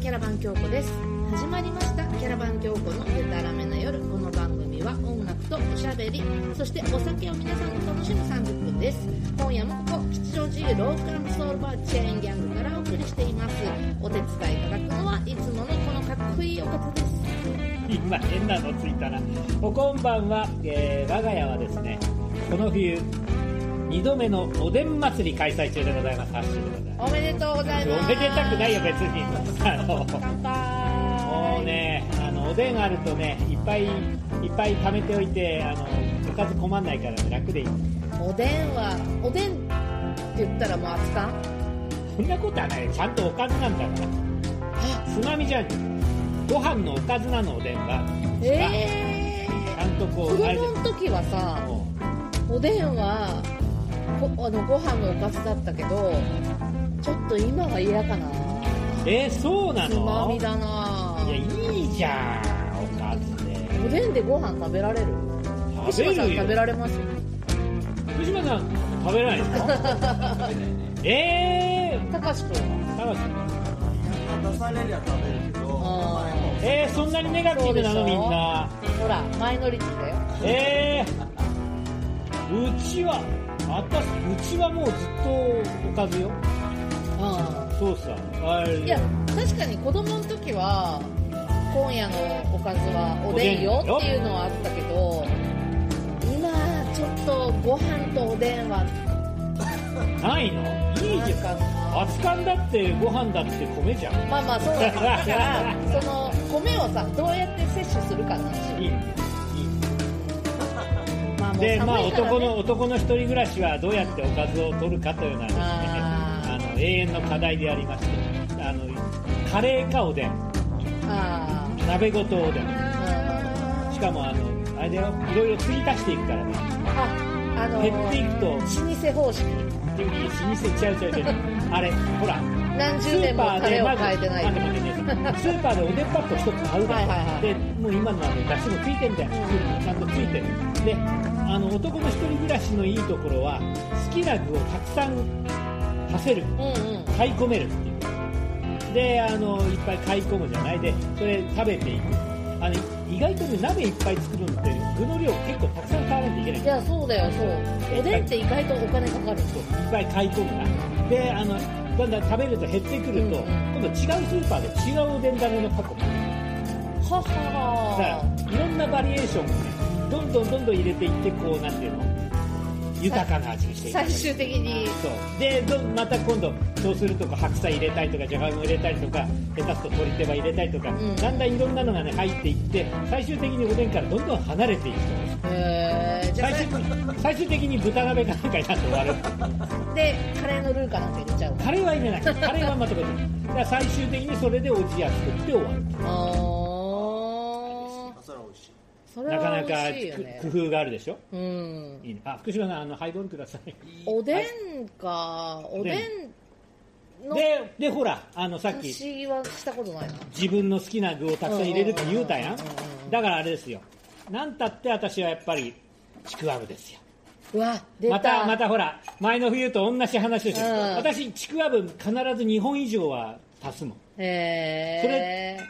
キャラバン京子です始まりましたキャラバン京子のゆたらめな夜この番組は音楽とおしゃべりそしてお酒を皆さんと楽しむ30分です今夜もここ吉祥寺ローカルソウルバーチェーンギャングからお送りしていますお手伝いいただくのはいつものこのかっこいいお方です今変なのついたなおこんばんは、えー我が家はですねこの冬2度目のおでん祭り開催中でございますハッシュでございまおめでとうございすますおめでたくないよ別にあの乾杯もうねあのおでんあるとねいっぱいいっぱい貯めておいてあのおかず困んないから、ね、楽でいいおでんはおでんって言ったらもう熱燗そんなことはないよちゃんとおかずなんだからつまみじゃんご飯のおかずなのおでんはええちゃんとこ子うあれ供の時はさでもうおでんはごあのご飯のおかずだったけどちょっと今は嫌かなえーそうなつのまみだないやいいじゃんおかずでおでんでご飯食べられる食べ福島さんるよ食べられます福島さん食べない のえたかしくんはー、高橋出されりゃ食べるけど、あーえー、そんなにネガティブなそのうでしみょんなほらマイノリティだよえー、うちは私うちはもうずっとおかずよそうさあれいや確かに子供の時は今夜のおかずはおでんよっていうのはあったけど今ちょっとご飯とおでんはないのいいじゃなんかなん熱燗だってご飯だって米じゃんまあまあそうだけどだからその米をさどうやって摂取するかなんですよいいいいまあもう寒いからねでまあ男の男の一人暮らしはどうやっておかずを取るかというのはですねあ あの永遠の課題でありましてあのカレーかおでんあ鍋ごとおでんあしかもあのあれだよいろいろ継ぎ足していくからねああの減っていくと老舗方式っていう老舗ちゃうちゃう ちゃうあれほら何ス十年ーもパタレーでをまず変えてない待って待ってねスーパーでおでんパック一つ買うだはいはいろ、はいでもう今のはねだしもついてんだよ、うちゃんとついてるであの男の一人暮らしのいいところは好きな具をたくさん足せるうんうん買い込めるっていうであのいっぱい買い込むじゃないでそれ食べていくあの意外とね鍋いっぱい作るのって具の量結構たくさん買わないといけないいやそうだよそうおでんって意外とお金かかるそういっぱい買い込むなであのだんだん食べると減ってくると、うん今度違うスーパーで違うおでん種の過去はだからはーいろんなバリエーションをねどんどんどんどん入れていってこうなんていうの豊かな味にしていく最終的にそうでどまた今度そうするとこう白菜入れたりとかじゃがいも入れたりとか下手すると鶏手羽入れたりとか、んだんだんいろんなのがね入っていって最終的におでんからどんどん離れていくとへえじゃあ最終的最終的に豚鍋かなんかになって終わるでカレーのルーかなんか入れちゃうカレーは入れないカレーはまた別だから最終的にそれでおじや作って終わるああそれは美味しい。それなかはな美か味しいよねく工夫があるでしょうんいいねあ福島さんあのハイボールくださいおでんかおでんのででほらあのさっき私はしたことないな自分の好きな具をたくさん入れるって言うたやんうんうんうんうんだからあれですよなんたって私はやっぱりちくわぶですようわ出たまたまたほら前の冬と同じ話をしてる、うん私ちくわぶ必ず2本以上は足すもんそへえ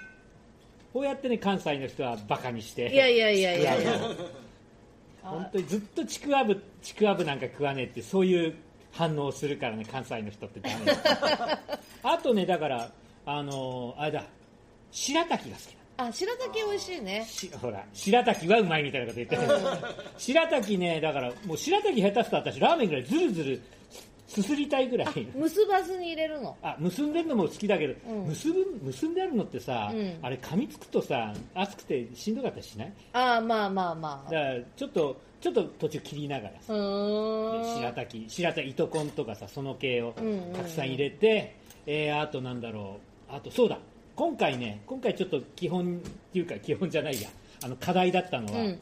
こうやってね関西の人はバカにしていやいやいやいやいやちくわぶ本当にずっとちくわぶちくわぶなんか食わねえってそういう反応をするからね関西の人ってダ メだあとねだからあのあれだ白滝が好きなのあ白滝美味しいねしほら白滝はうまいみたいなこと言ってる、白滝ねだからもう白滝下手すと私ラーメンぐらいずるずるすすりたいぐらい結ばずに入れるのあ結んでるのも好きだけど、うん結ぶ結んであるのってさ、うんあれ噛みつくとさ熱くてしんどかったりしないああまあまあまだかあらちょっとちょっと途中切りながらさうーん白滝白滝糸こんとかさその系をうんうんうんたくさん入れて、えーあとなんだろうあとそうだ今回ね今回ちょっと基本っていうか基本じゃないやあの課題だったのは、うん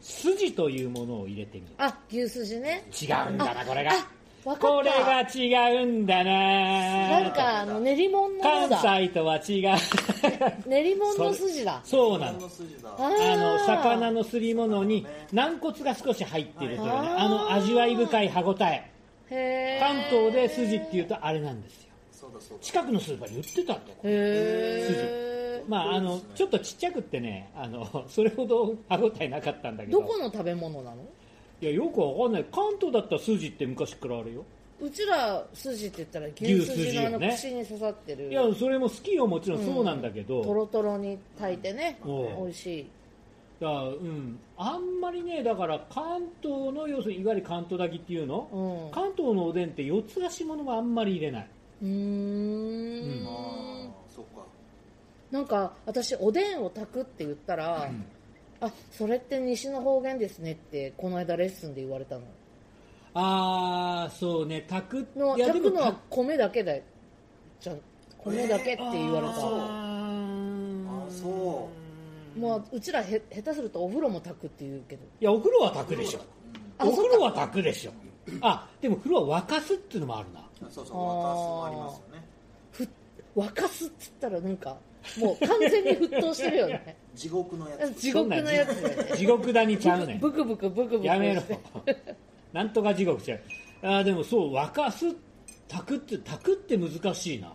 筋というものを入れてみようあ牛すじね違うんだなこれがあわかったこれが違うんだななんかあの練り物のよう関だ西とは違う 練り物の筋だそうなこのの筋だ。ああのー魚のすり物に軟骨が少し入っているというねあーあの味わい深い歯ごたえへえ関東で筋っていうとあれなんですよそそうだそうだ近くのスーパーに売ってたんだよへえまああのそうですねちょっとちっちゃくってねあのそれほど歯応えなかったんだけどどこの食べ物なのいやよくわかんない関東だったら筋って昔からあるよ、うちら筋って言ったら牛牛筋筋のあよねの串に刺さってるいやそれも好きよもちろんそうなんだけど、とろとろに炊いてねうん美味しいだからうんあんまりねだから関東の要するにいわゆる関東炊きっていうの、うんう関東のおでんって四つ足ものはあんまり入れないーんうんああそっかなんか私おでんを炊くって言ったら、あそれって西の方言ですねってこの間レッスンで言われたのああそうね炊くのいや炊くのたは米だけだよじゃん米だけって言われた、えーあああそうまあ、うちらへ下手するとお風呂も炊くって言うけどいやお風呂は炊くでしょあお風呂は炊くでしょあでも風呂は沸かすっていうのもあるなうんそうそう若すもありますよねふ沸かすっつったらなんかもう完全に沸騰してるよ ね地獄のやつ地獄のやつだよね地獄だにちゃうねんブクブクブクブクやめろして なんとか地獄ちゃうあーでもそう沸かす炊くって炊くって難しいな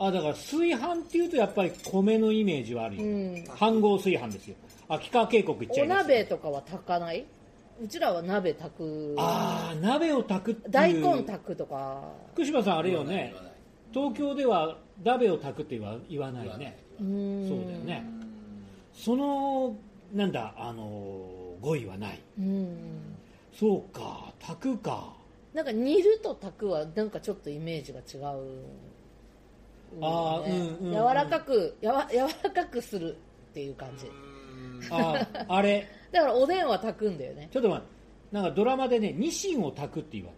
うんあだから炊飯っていうとやっぱり米のイメージはあるよ、うん飯合炊飯ですよ秋川渓谷行っちゃおいます鍋とかは炊かないうちらは鍋炊くああ鍋を炊くっていう大根炊くとか福島さんああれよね東京では鍋を炊くって言わ言わないよねうーんそうだよねうんそのなんだあのー語彙はないうんそうか炊くかなんか煮ると炊くはなんかちょっとイメージが違う、あーねうんうん柔らかくやわ柔らかくするっていう感じあーあれだからおでんは炊くんだよねちょっと待ってなんかドラマでねニシンを炊くって言わ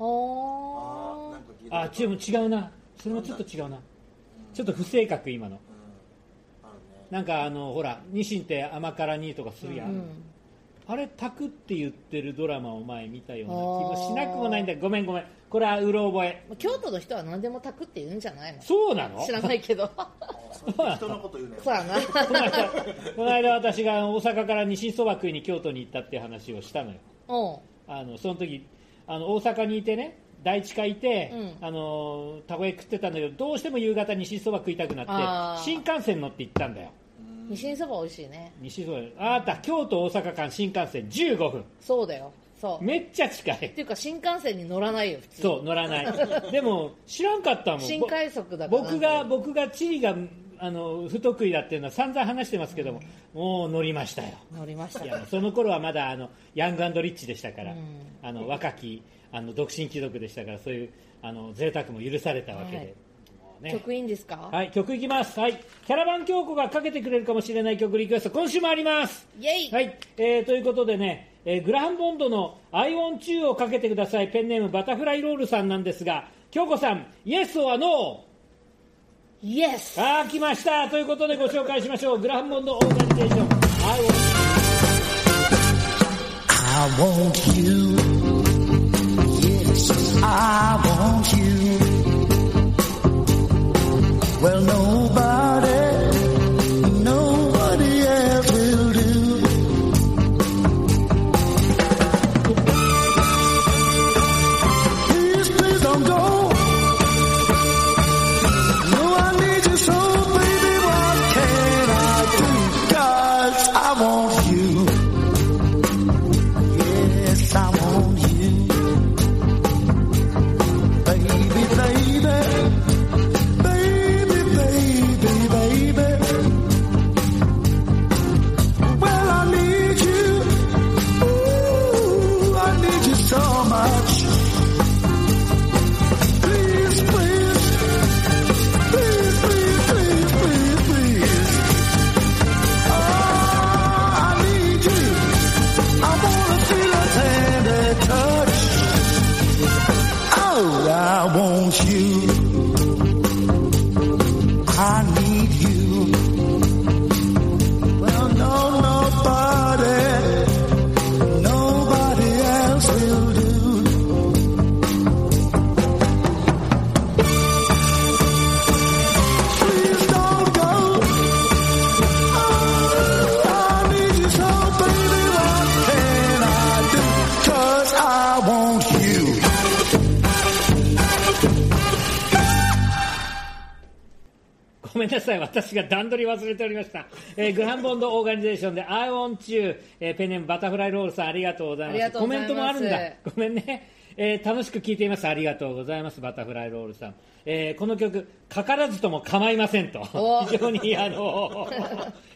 ああーなんーか聞いたないあー違う違うなそれもちょっと違うなちょっと不正確今のうんあるねなんかあのほらニシンって甘辛煮とかするやん、うんあれ炊くって言ってるドラマを前見たような気もしなくもないんだごめんごめんこれはうろ覚えまあ京都の人は何でも炊くって言うんじゃないのそうなの知らないけど そう人のこと言うねそうやなこの間この間私が大阪から西そば食いに京都に行ったっていう話をしたのようんあのその時あの大阪にいてね大地下いて、うんあのたこ焼き食ってたんだけどどうしても夕方西そば食いたくなあっーて新幹線乗って行ったんだよニシンそば美味しいね西そばあなた京都大阪間新幹線15分そうだよそうめっちゃ近っいていうか新幹線に乗らないよ普通そう乗 らないでも知らんかったもん新快速だから僕が僕が地理があの不得意だっていうのは散々話してますけども、もう乗りましたよ乗りましたいやその頃はまだあのヤングリッチでしたから、うんあの若きあの独身貴族でしたからそういうあの贅沢も許されたわけで、はいもうね曲いいんですか、はい曲いきますはいキャラバン京子がかけてくれるかもしれない曲リクエスト今週もありますイエイ、はい、えーということでね、えーグラハンボンドの「アイオンチュー」をかけてくださいペンネームバタフライロールさんなんですが京子さんイエスはノーイエスさあ来ましたということでご紹介しましょうグラハンモンドオーガニゼーション I want I want you. Yes, I want you. Well, nobody, nobody else will do. Please, please don't go. No, I need you so, baby. What can I do? 'Cause I want you. Yes, I want you. Baby, baby. Baby, baby, baby. Oh, Oh, ごめんなさい、私が段取り忘れておりました。えーグランボンドオーガニゼーションで I want you、えーペンネームバタフライロールさんありがとうございます。ありがとうコございまメンすトもあるんだ。 ごめんね。えー楽しく聞いています。ありがとうございます、バタフライロールさん。えーこの曲、かからずとも構いませんとお、非常に、あの、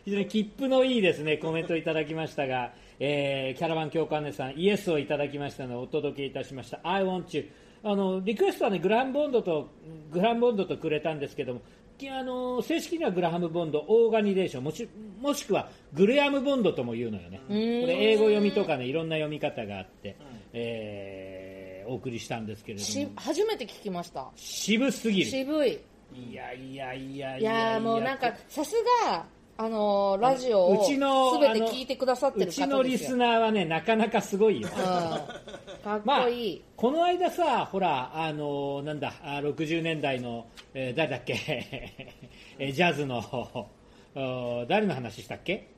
非常に切符のいいですね、コメントいただきましたが、えーキャラバン教官姉さん、イエスをいただきましたので、お届けいたしました。I want you。あの、リクエストはね、グランボンドと、グランボンドとくれたんですけども、きあの正式にはグラハム・ボンド、オーガニゼーションもし、もしくはグレアム・ボンドとも言うのよね、これ英語読みとかね、いろんな読み方があって、えーお送りしたんですけれどしも、初めて聞きました渋すぎる、渋いいやいやいやいやーもうなんかさすがあのーラジオうをちの全てあの聞いてくださってるうちの方でリすスよナーはね、なかなかすごいよ。うんかっまあこいい、、この間さ、ほら、あのなんだ、あ60年代の、えー誰だっけ、 えージャズの、 お誰の話したっけ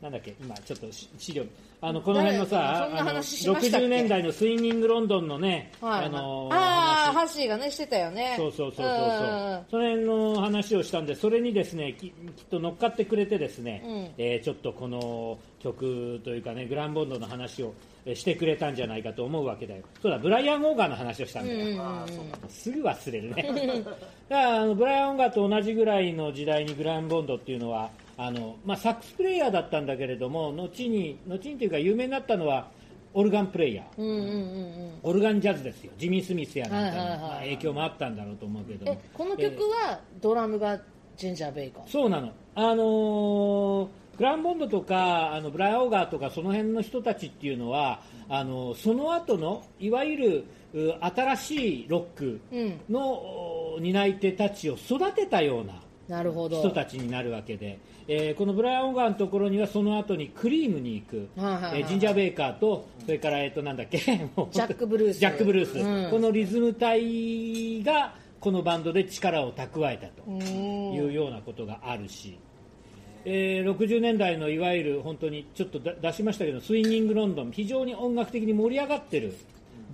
なんだっけ、今、ちょっとし資料、あのこの辺の誰さ、そんなあの話しましたっけ60年代のスインギングロンドンのね、はい、あのあー話ハッシーがねしてたよねそうそうそうそううんそうんうんう、その辺の話をしたんで、それにですねききっと乗っかってくれて、ですね、うんえーちょっとこの曲というかね、グランボンドの話をえーしてくれたんじゃないかと思うわけだよ、そうだ、ブライアン・オーガーの話をしたんだよ。うんああそうかすぐ忘れる ねだからあのブライアン・オーガーと同じぐらいの時代にグランボンドっていうのはあの、まあ、サックスプレイヤーだったんだけれども後に後にというか有名になったのはオルガンプレイヤーうんうんうんうんオルガンジャズですよジミー・スミスやなんかの、はいはいはいはいまあ影響もあったんだろうと思うけどもえこのえ曲ーはドラムがジェンジャー・ベイコンそうなのあのーグランボンドとかあのブライアン・オーガーとかその辺の人たちっていうのはあのその後のいわゆるう新しいロックうんのお担い手たちを育てたようななるほど人たちになるわけで、えーこのブライアン・オーガーのところにはその後にクリームに行く、はいはいはいえージンジャー・ベイカーとそれから、えー、となんだっけもう ジャックブルースジャックブルースうんこのリズム隊がこのバンドで力を蓄えたとうんいうようなことがあるし。えー60年代のいわゆる本当にちょっとだ出しましたけどスインギングロンドン非常に音楽的に盛り上がってる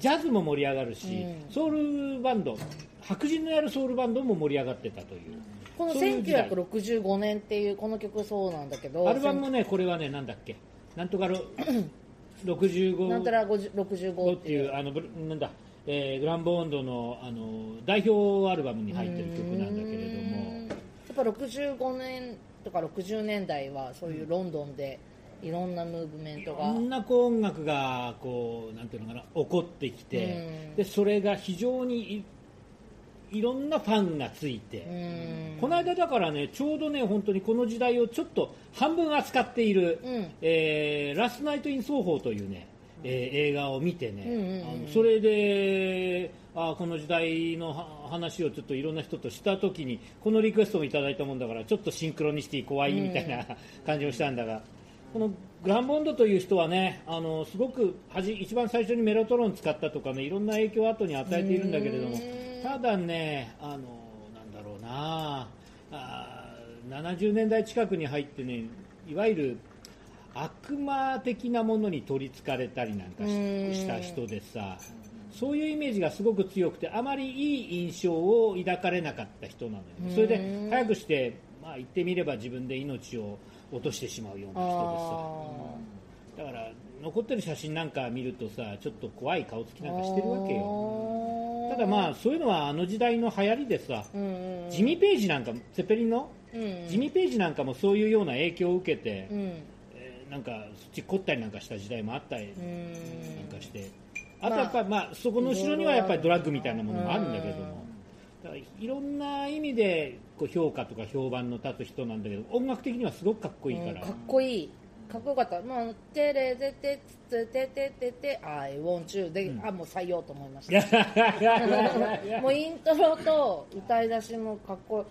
ジャズも盛り上がるし、うんソウルバンド白人のやるソウルバンドも盛り上がってたというこのそういう時代1965年っていうこの曲そうなんだけどアルバムもねこれはねなんだっけなんと かろ65なんたら50 65っってていいううあのブルなんだ、えーグランボンドのあの代表アルバムに入ってる曲なんだけうれどもんやっぱ65年とか60年代はそういうロンドンでいろんなムーブメントこがんなこう音楽がこうなんていうのかな起こってきうてんでそれが非常にいいろんなファンがついて。うんこの間だからねちょうどね本当にこの時代をちょっと半分扱っている「うんえーラストナイト・イン・奏法」というね、えー映画を見てね、うんうんうんあのそれであーこの時代のは話をちょっといろんな人とした時にこのリクエストもいただいたもんだからちょっとシンクロニシティ怖いみたいな 感じもしたんだが。このグランボンドという人はねあのすごく端一番最初にメロトロン使ったとかねいろんな影響を後に与えているんだけれどもうんただね、あのなんだろうなあー、70年代近くに入ってね、いわゆる悪魔的なものに取りつかれたりなんかしうんした人でさ、そういうイメージがすごく強くて、あまりいい印象を抱かれなかった人なのようね、んそれで早くして、まあ、言ってみれば自分で命を落としてしまうような人あでさ。だから残ってる写真なんか見るとさちょっと怖い顔つきーなんかしてるわけよただあまあそういうのはあの時代の流行りでさ、ーうんうんジミー・ページなんかも、セペリンの、うんジミー・ページなんかもそういうような影響を受けて、うんえーなんか、そっち凝ったりなんかした時代もあったりうなんんかして、あとやっぱ、まあ、そこの後ろにはやっぱりドラッグみたいなものもあるんだけれども、だからいろんな意味でこう評価とか評判の立つ人なんだけど、音楽的にはすごくかっこいいかうんら、かっ こいいかっこよかった「まあ、テレテテテテテテテ I want you」で、あもう採用と思いましたもうイントロと歌い出しもかっこ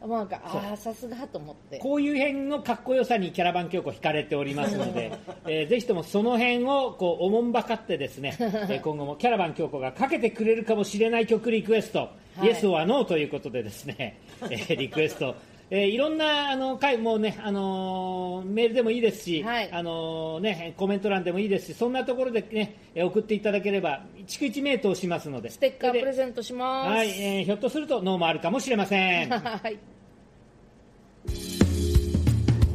もうなんかああさすがと思ってこういう辺のかっこよさにキャラバン教皇惹かれておりますの で、えーぜひともその辺をこうおもんばかってで すね、えー今後もキャラバン教皇がかけてくれるかもしれない曲リクエスト、はいイエスはノーということでですね、 えーリクエスト、えーいろんなあの回もうね、あのーメールでもいいですし、はいあのーねコメント欄でもいいですし、そんなところでねえー送っていただければ逐一名通しますので、ステッカープレでゼントしますはい、えーひょっとするとノーもあるかもしれません。はい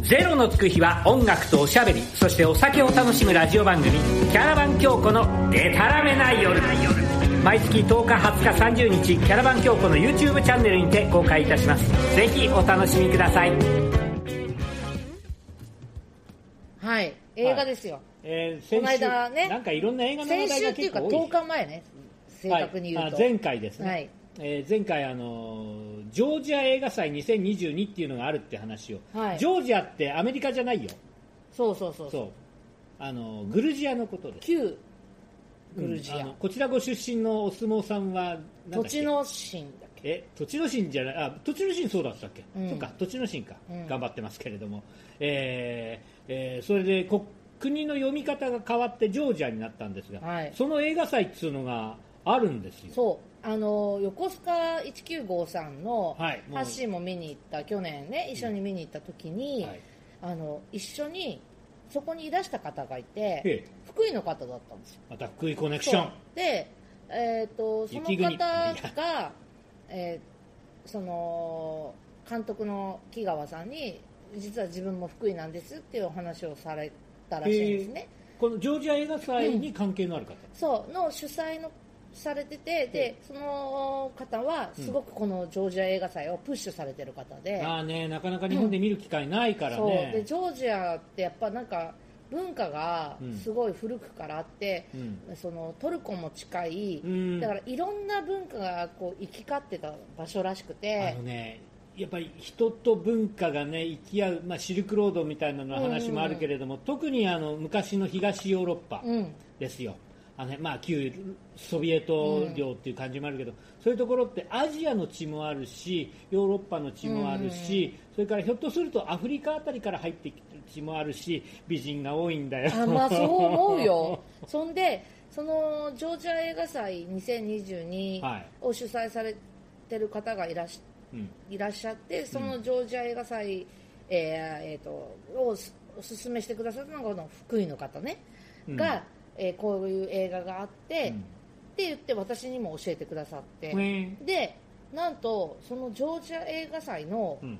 ゼロのつく日は音楽とおしゃべりそしてお酒を楽しむラジオ番組「キャラバン京子のデタラメな夜」毎月10日20日30日キャラバン京子の YouTube チャンネルにて公開いたしますぜひお楽しみくださいはい映画ですよ、えー先週この間ねなんかいろんな映画の話先題週がってい結うか構多10い日前ね正確に言うと、はいあ前回ですね、はいえー前回あのージョージア映画祭2022っていうのがあるって話を、はいジョージアってアメリカじゃないよそうそうそうそうあのーグルジアのことです旧グルジうんあア、のこちらご出身のお相撲さんはなんだっけ土地の神だっけえ栃野心じゃないあ栃野心そうだったっけ、うんそっか栃野心か、うん頑張ってますけれども、えーえーそれでこ国の読み方が変わってジョージアになったんですが、はいその映画祭っていうのがあるんですよそうあの横須賀1953さんのはいハッシーも見に行った、去年ね一緒に見に行った時に、はいあの一緒にそこにいらした方がいえて福井の方だったんですよまた福井コネクションそうで、えー、とその雪方国が、えーその監督の木川さんに実は自分も福井なんですっていうお話をされたらしいんですね、このジョージア映画祭に関係のある方、そうの主催のされててでその方はすごくこのジョージア映画祭をプッシュされてる方で,、ああねなかなか日本で見る機会ないからそうでね、ジョージアってやっぱなんか文化がうんすごい古くからあって、うんそのトルコも近い、うんだからいろんな文化がこう行き交ってた場所らしくあてのねやっぱり人と文化がね行き合う、まあ、シルクロードみたいなの話もあるけれども、特にあの昔の東ヨーロッパ、うんですよあのね、まあ、旧ソビエト領っていう感じもあるけど、そういうところってアジアの血もあるしヨーロッパの血もあるし、それからひょっとするとアフリカあたりから入ってきてる血もあるし美人が多いんだよ。あまあそう思うよ そんでそのジョージア映画祭2022はいを主催されてる方がいらっしゃって。うんいらっしゃってそのジョージア映画祭、えーえーとをすおすすめしてくださったのがこの福井の方ね、うんが、えーこういう映画があって、うんって言って私にも教えてくださって、ねでなんとそのジョージア映画祭の、うん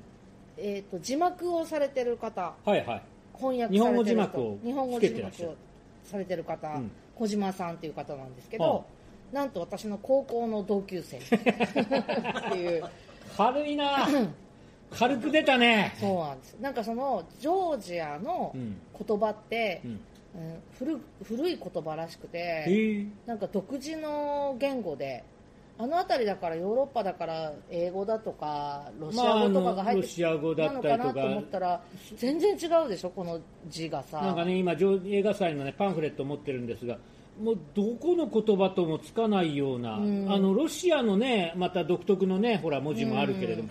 えー、と字幕をされてる方はいはい翻訳日されて本語る字人幕を日本語つけ字てらっしゃ幕るをされてる方、うん小島さんという方なんですけはど、なんと私の高校の同級生 っていう。軽い な軽く出たねそうなんです。なんかそのジョージアのうん言葉って、うんうん古古い言葉らしくて、へえなんか独自の言語で、あの辺りだからヨーロッパだから英語だとかロシア語とかが入ってきまああのロシア語だったりとなかのかなと思ったら全然違うでしょこの字がさ。なんかね今ジョー映画祭の、ね、パンフレットを持ってるんですがもうどこの言葉ともつかないような、んあのロシアのねまた独特のねほら文字もあるけれども、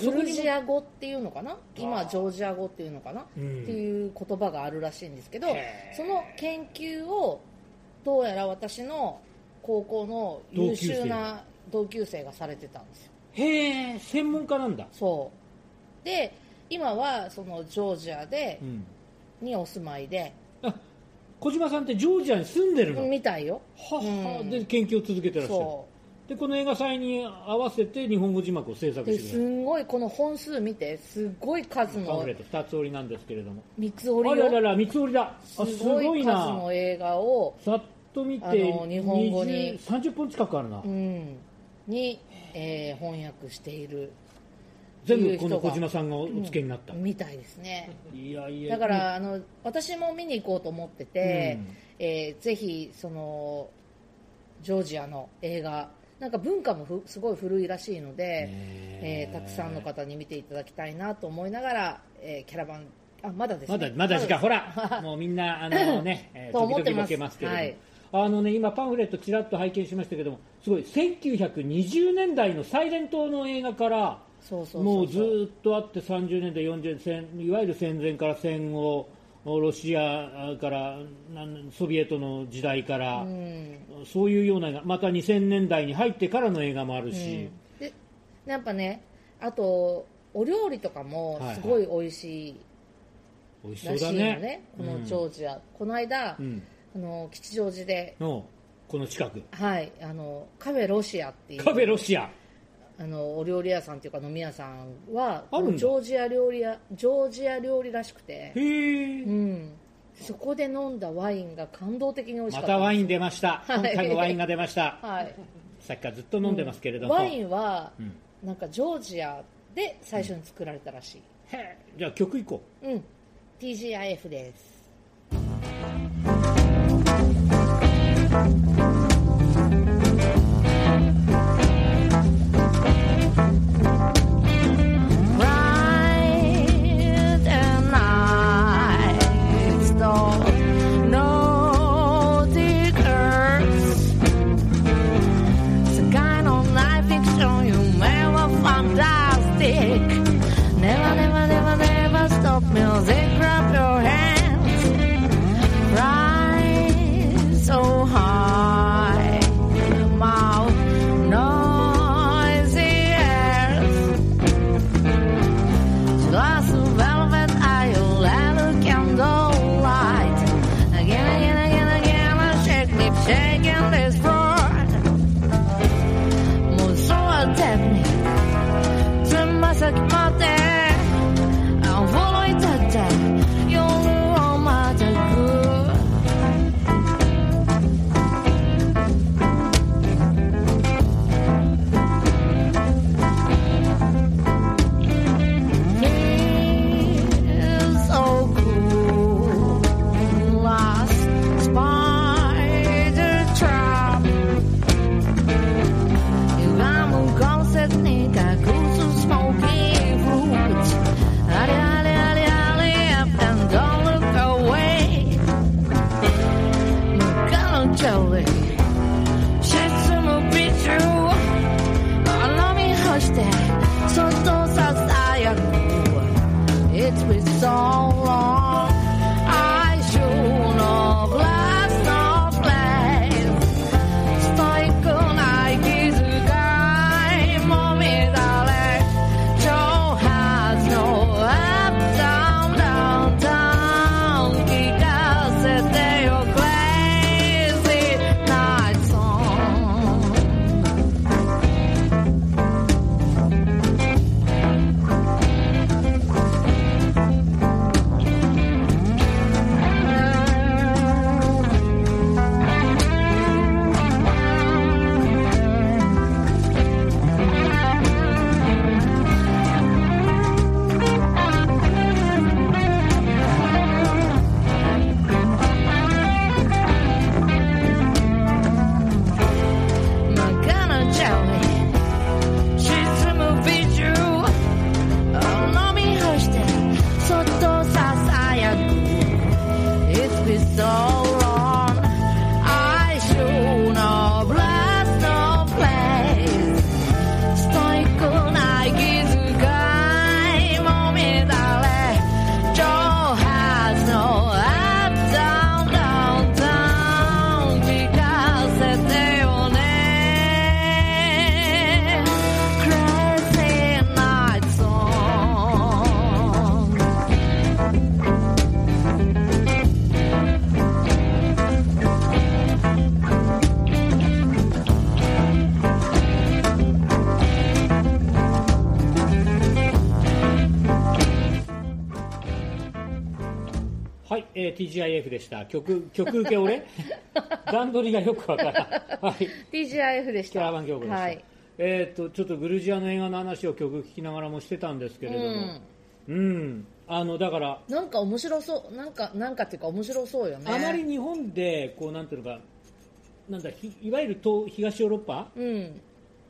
グルジア語っていうのかな今ジョージア語っていうのかな、うんっていう言葉があるらしいんですけどその研究をどうやら私の高校の優秀な同級生がされてたんですよへえ専門家なんだ、そうで今はそのジョージアでう、ん、にお住まいで、あ小島さんってジョージアに住んでるの、みたいよははうんで研究を続けてらっしゃるそでこの映画祭に合わせて日本語字幕を制う作でしてくだすさるんごいこの本数見てすごい数パンのフレット2つ折りなんですけれども三つ折ありららのら三つ折りだあすすごごいい数なの映画をざっと見てあの日本語に20 30本近くあるな、うん、に、えー翻訳している全部この小島さんがお付けになった、みたいですねいやいだやからあの私も見に行こうと思ってて、うんえーぜひそのジョージアの映画なんか文化もふすごい古いらしいので、えーたくさんの方に見ていただきたいなと思いながら、えーキャラバンあまだですまねだまだしか、ほらもうみんな あのね、えーと思っ時て々まボすケますけれども、はいあのね今パンフレットちらっと拝見しましたけどもすごい1920年代のサイレン島の映画からそうそうそうそうもうずーっとあって30年代40年戦いわゆる戦前から戦後ロシアからなんソビエトの時代から、うんそういうような映画また2000年代に入ってからの映画もあるし、でやっぱねあとお料理とかもすごい美味しい美味しそらうしいだのねねこのジうんョージア、この間、うんあの吉祥寺で、のこの近くはい、あのカフェロシアっていうカフェロシアあのお料理屋さんっていうか飲み屋さんはあるんだジョージア料理屋ジョージア料理らしくて、へえうん、そこで飲んだワインが感動的に美味しかまったたワイン、ン出ましたはい今回もワインが出ましたはい、さっきからずっと飲んでますけれども、ワインは、んなんかジョージアで最初に作られたらしい、へーじゃあ曲いこううん、TGIF です Glass of velvet, I let a candle light. Again, again, again, again, I shake me, shaking this board. Moon so attacked me. つま先まで驚いたって夜をまた来る e そっとささやく It's been so long. I should have left no place. Stoic I kiss guy, mommy darling. Joe has no up, down, down, down. Because they are crazy night song. My gonna tell me she's a movie true. Oh no me hush so to It's been so long. I should no blast no place. Stoic I give guy moment Joe has no up down down down because they only crazy night song. はい、えー TGIF でした曲曲受 け俺段取りがよくわからんはい TGIF でしキャたラバン曲でした、はいえー、とちょっとグルジアの映画の話を曲聴きながらもしてたんですけれどもうん、あのだからなんか面白そうなんかなんかっていうか面白そうよねあまり日本でこうなんていうのかなんだひいわゆる東東ヨーロッパうん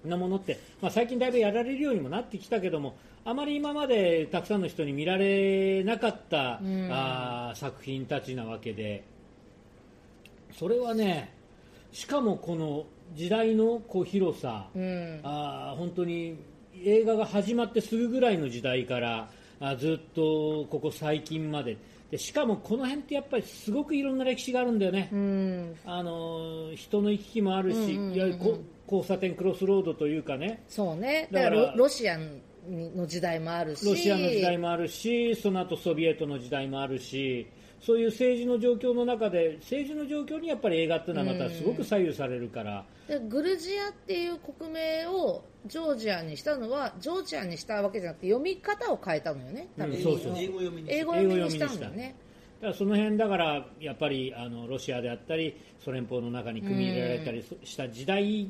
なものって、まあ、最近だいぶやられるようにもなってきたけどもあまり今までたくさんの人に見られなかった、んあー作品たちなわけでそれはねしかもこの時代のこう広さ、うんあー本当に映画が始まってすぐぐらいの時代からあずっとここ最近まででしかもこの辺ってやっぱりすごくいろんな歴史があるんだよね、うんあのー人の行き来もあるし、うんうんうんうんいわゆるこ交差点クロスロードというかねそうねだだかかららロロシアの時代もあるしロシアの時代もあるしその後ソビエトの時代もあるしそういう政治の状況の中で政治の状況にやっぱり映画っていうのはまたすごく左右されるから、でグルジアっていう国名をジョージアにしたのはジョージアにしたわけじゃなくて読み方を変えたのよね多分うんそうそう英語読みにして英語読みにしたんだよねだからその辺だからやっぱりあのロシアであったりソ連邦の中に組み入れられたりそした時代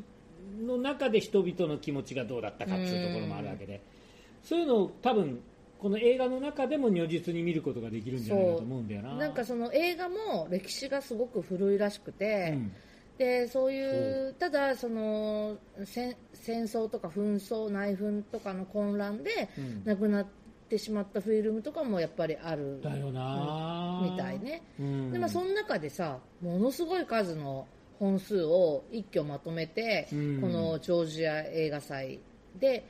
の中で人々の気持ちがどうだったかっていうところもあるわけでそういうのを多分この映画の中でも如実に見ることができるんじゃないかと思うんだよな。なんかその映画も歴史がすごく古いらしくて、うんでそういうただその戦戦争とか紛争内紛とかの混乱でん亡くなってしまったフィルムとかもやっぱりあるだよな、みたいね、うんでまあ、その中でさものすごい数の本数を一挙まとめて、うんこのジョージア映画祭で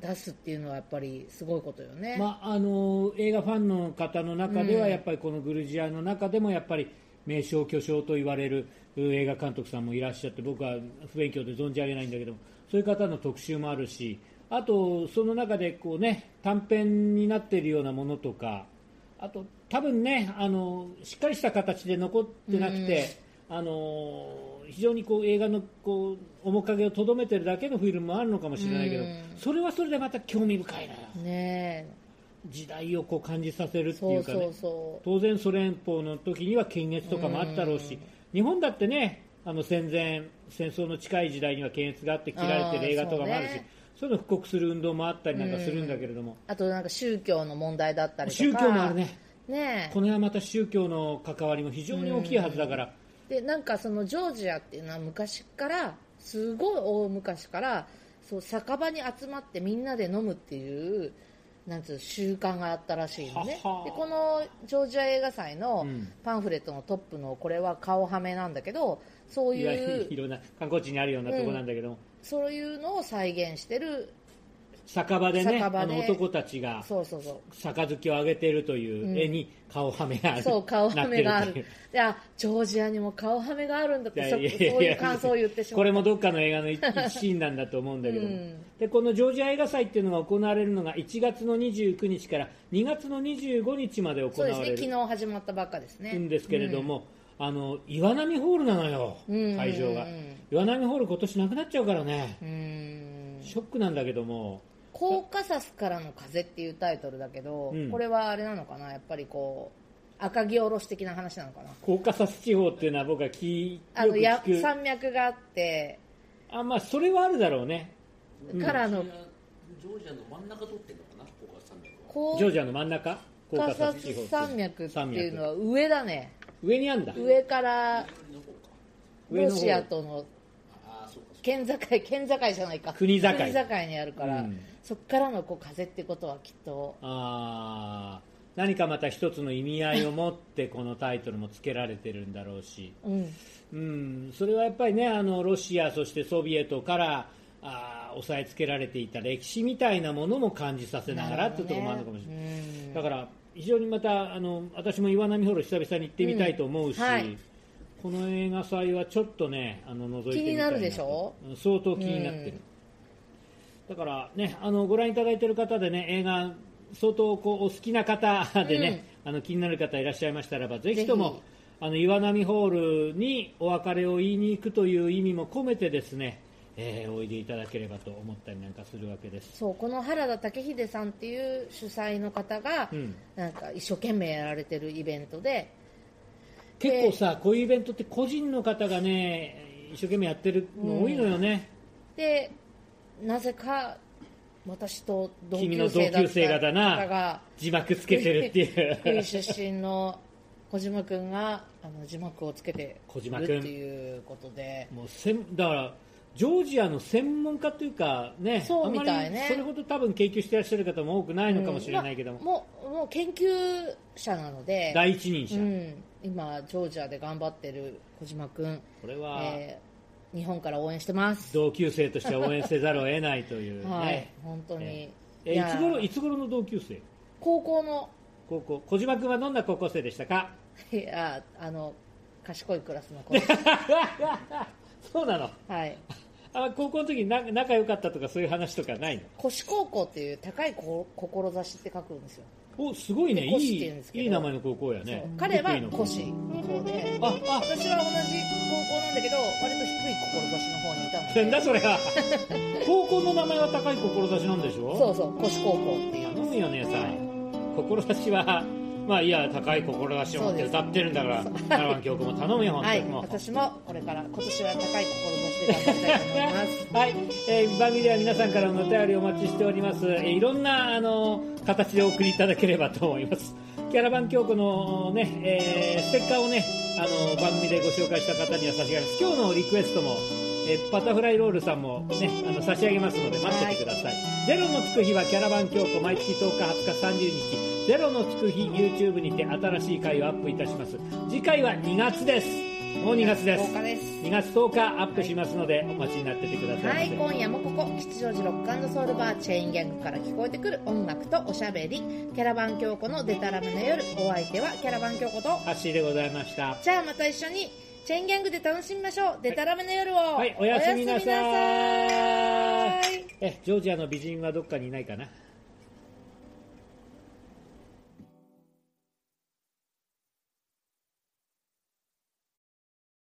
出すっていうのはやっぱりすごいことよね、まあ、あの映画ファンの方の中では、うんやっぱりこのグルジアの中でもやっぱり名将、巨匠と言われるう映画監督さんもいらっしゃって僕は不勉強で存じ上げないんだけどもそういう方の特集もあるしあと、その中でこう、ね、短編になっているようなものとかあと、多分ねあのしっかりした形で残ってなくて。あの非常にこう映画のこう面影をとどめてるだけのフィルムもあるのかもしれないけど、うんそれはそれでまた興味深いのよ。ねえ時代をこう感じさせるっていそううかねそうそう当然ソ連邦の時には検閲とかもあったろうし日本だってねあの戦前戦争の近い時代には検閲があって切られてる映画とかもあるしあーそ,、そううねいうの復刻する運動もあったりなんかするんだけれども、あとなんか宗教の問題だったりとか宗教もあるねねえこの辺はまた宗教の関わりも非常に大きいはずだから、でなんかそのジョージアっていうのは昔からすごい大昔からそう酒場に集まってみんなで飲むっていうなんつう習慣があったらしいのねははでこのジョージア映画祭のうんパンフレットのトップのこれは顔はめなんだけどそういわゆるいいうろんな観光地にあるようなとこなんだけども、そういうのを再現してる酒場でね酒場であの男たちがそうそうそう杯をあげてるという絵に顔はめがある、そう顔はめがあなっるてといういやジョージアにも顔はめがあるんだっいてやそいやそいやういう感想を言ってしまったこれもどっかの映画の一一シーンなんだと思うんだけども、うんでこのジョージア映画祭っていうのが行われるのが1月の29日から2月の25日まで行そうですわねれ昨日る始まったばっかですねんですけれども、あの岩波ホールなのよ、うん会場がうんうん岩波ホール今年なくなっちゃうからねう、んショックなんだけどもコーカサスからの風っていうタイトルだけど、うんこれはあれなのかなやっぱりこう赤城おろし的な話なのかなコーカサス地方っていうのは僕は聞いあよのくや聞く山脈があってあ、まあ、それはあるだろうねからのジョージアの真ん中取ってんのかなここが山脈はコジョーージアの真ん中コーカカササス地方ス山脈っていうのは上だね上にあるんだ上から左の方か上のロ方シアとのああそうかそう県境県境じゃないか国境国境にあるから、うんそっからのこう風ってことはきっとあー何かまた一つの意味合いを持ってこのタイトルも付けられてるんだろうし、うんうん、それはやっぱりねあのロシアそしてソビエトからあー押さえつけられていた歴史みたいなものも感じさせながらっていうところもあるのかもしれない、うんだから非常にまたあの私も岩波ホール久々に行ってみたいと思うし、うんはいこの映画祭はちょっとねあの覗いてみたい気になるでしょうん相当気になってる、だからねあのご覧いただいてる方でね映画相当こうお好きな方でね、あの気になる方いらっしゃいましたらばぜひぜともあの岩波ホールにお別れを言いに行くという意味も込めてですね、えーおいでいただければと思ったりなんかするわけですそうこの原田武秀さんっていう主催の方が、うんなんか一生懸命やられてるイベントで結構さこういうイベントって個人の方がね一生懸命やってるの多いのよね、でなぜか私と同君の級同生だっ級生た方方なが字幕つけてるって 福い井う出身の小島君があの字幕をつけて小い島るっ君ていうことで もうせんだからジョージアの専門家というかねそうみたいねあんまりそれほど多分研究してらっしゃる方も多くないのかもしれないけども、うんまあもうもう研究者なので、第一人者、うん、今ジョージアで頑張ってる小島君、これは、えー日本から応援してます同級生としては応援せざるを得ないというね、はい、本当にね。えいやいつ頃いつ頃の同級生高校の、 高校小島君はどんな高校生でしたかいや、あの、賢いクラスの子。そうなのはい。ああ高校の時にな仲良かったとかそういう話とかない腰高校っていう高いこ志って書くんですよ、のおすごいねい越してるんいですけどいい名前の高校やね彼は福井の高校腰高でああ私は同じ高校なんだけど割と低い志の方にいたのなんだでそれは 高校の名前は高い志なんでしょそうそう腰高校っていう頼むよ姉さん志はまあいや高い志を持って歌ってるんだからそう奈良の曲も頼むよ本当はにいもう私もこれから今年は高い志で頑張りたいと思いますはい、えー番組では皆さんからのお便りをお待ちしております、えーいろんなあの形でお送りいただければと思いますキャラバン教庫のね、えーステッカーをねあの番組でご紹介した方には差し上げます今日のリクエストも、えーバタフライロールさんもねあの差し上げますので待っててください、ゼロのつく日はキャラバン教庫毎月10日20日30日ゼロのつく日 YouTube にて新しい回をアップいたします次回は2月ですもう2月です豪華です2月10日アップしますので、お待ちになっててくだはさいい、ませ、今夜もここ吉祥寺ロックソウルバーチェーンギャングから聞こえてくる音楽とおしゃべりキャラバン京子のデタラメの夜お相手はキャラバン京子とハッシーでございましたじゃあまた一緒にチェーンギャングで楽しみましょうデタラメの夜をはいおやすみなさいおやすみなさいえジョージアの美人はどっかにいないかな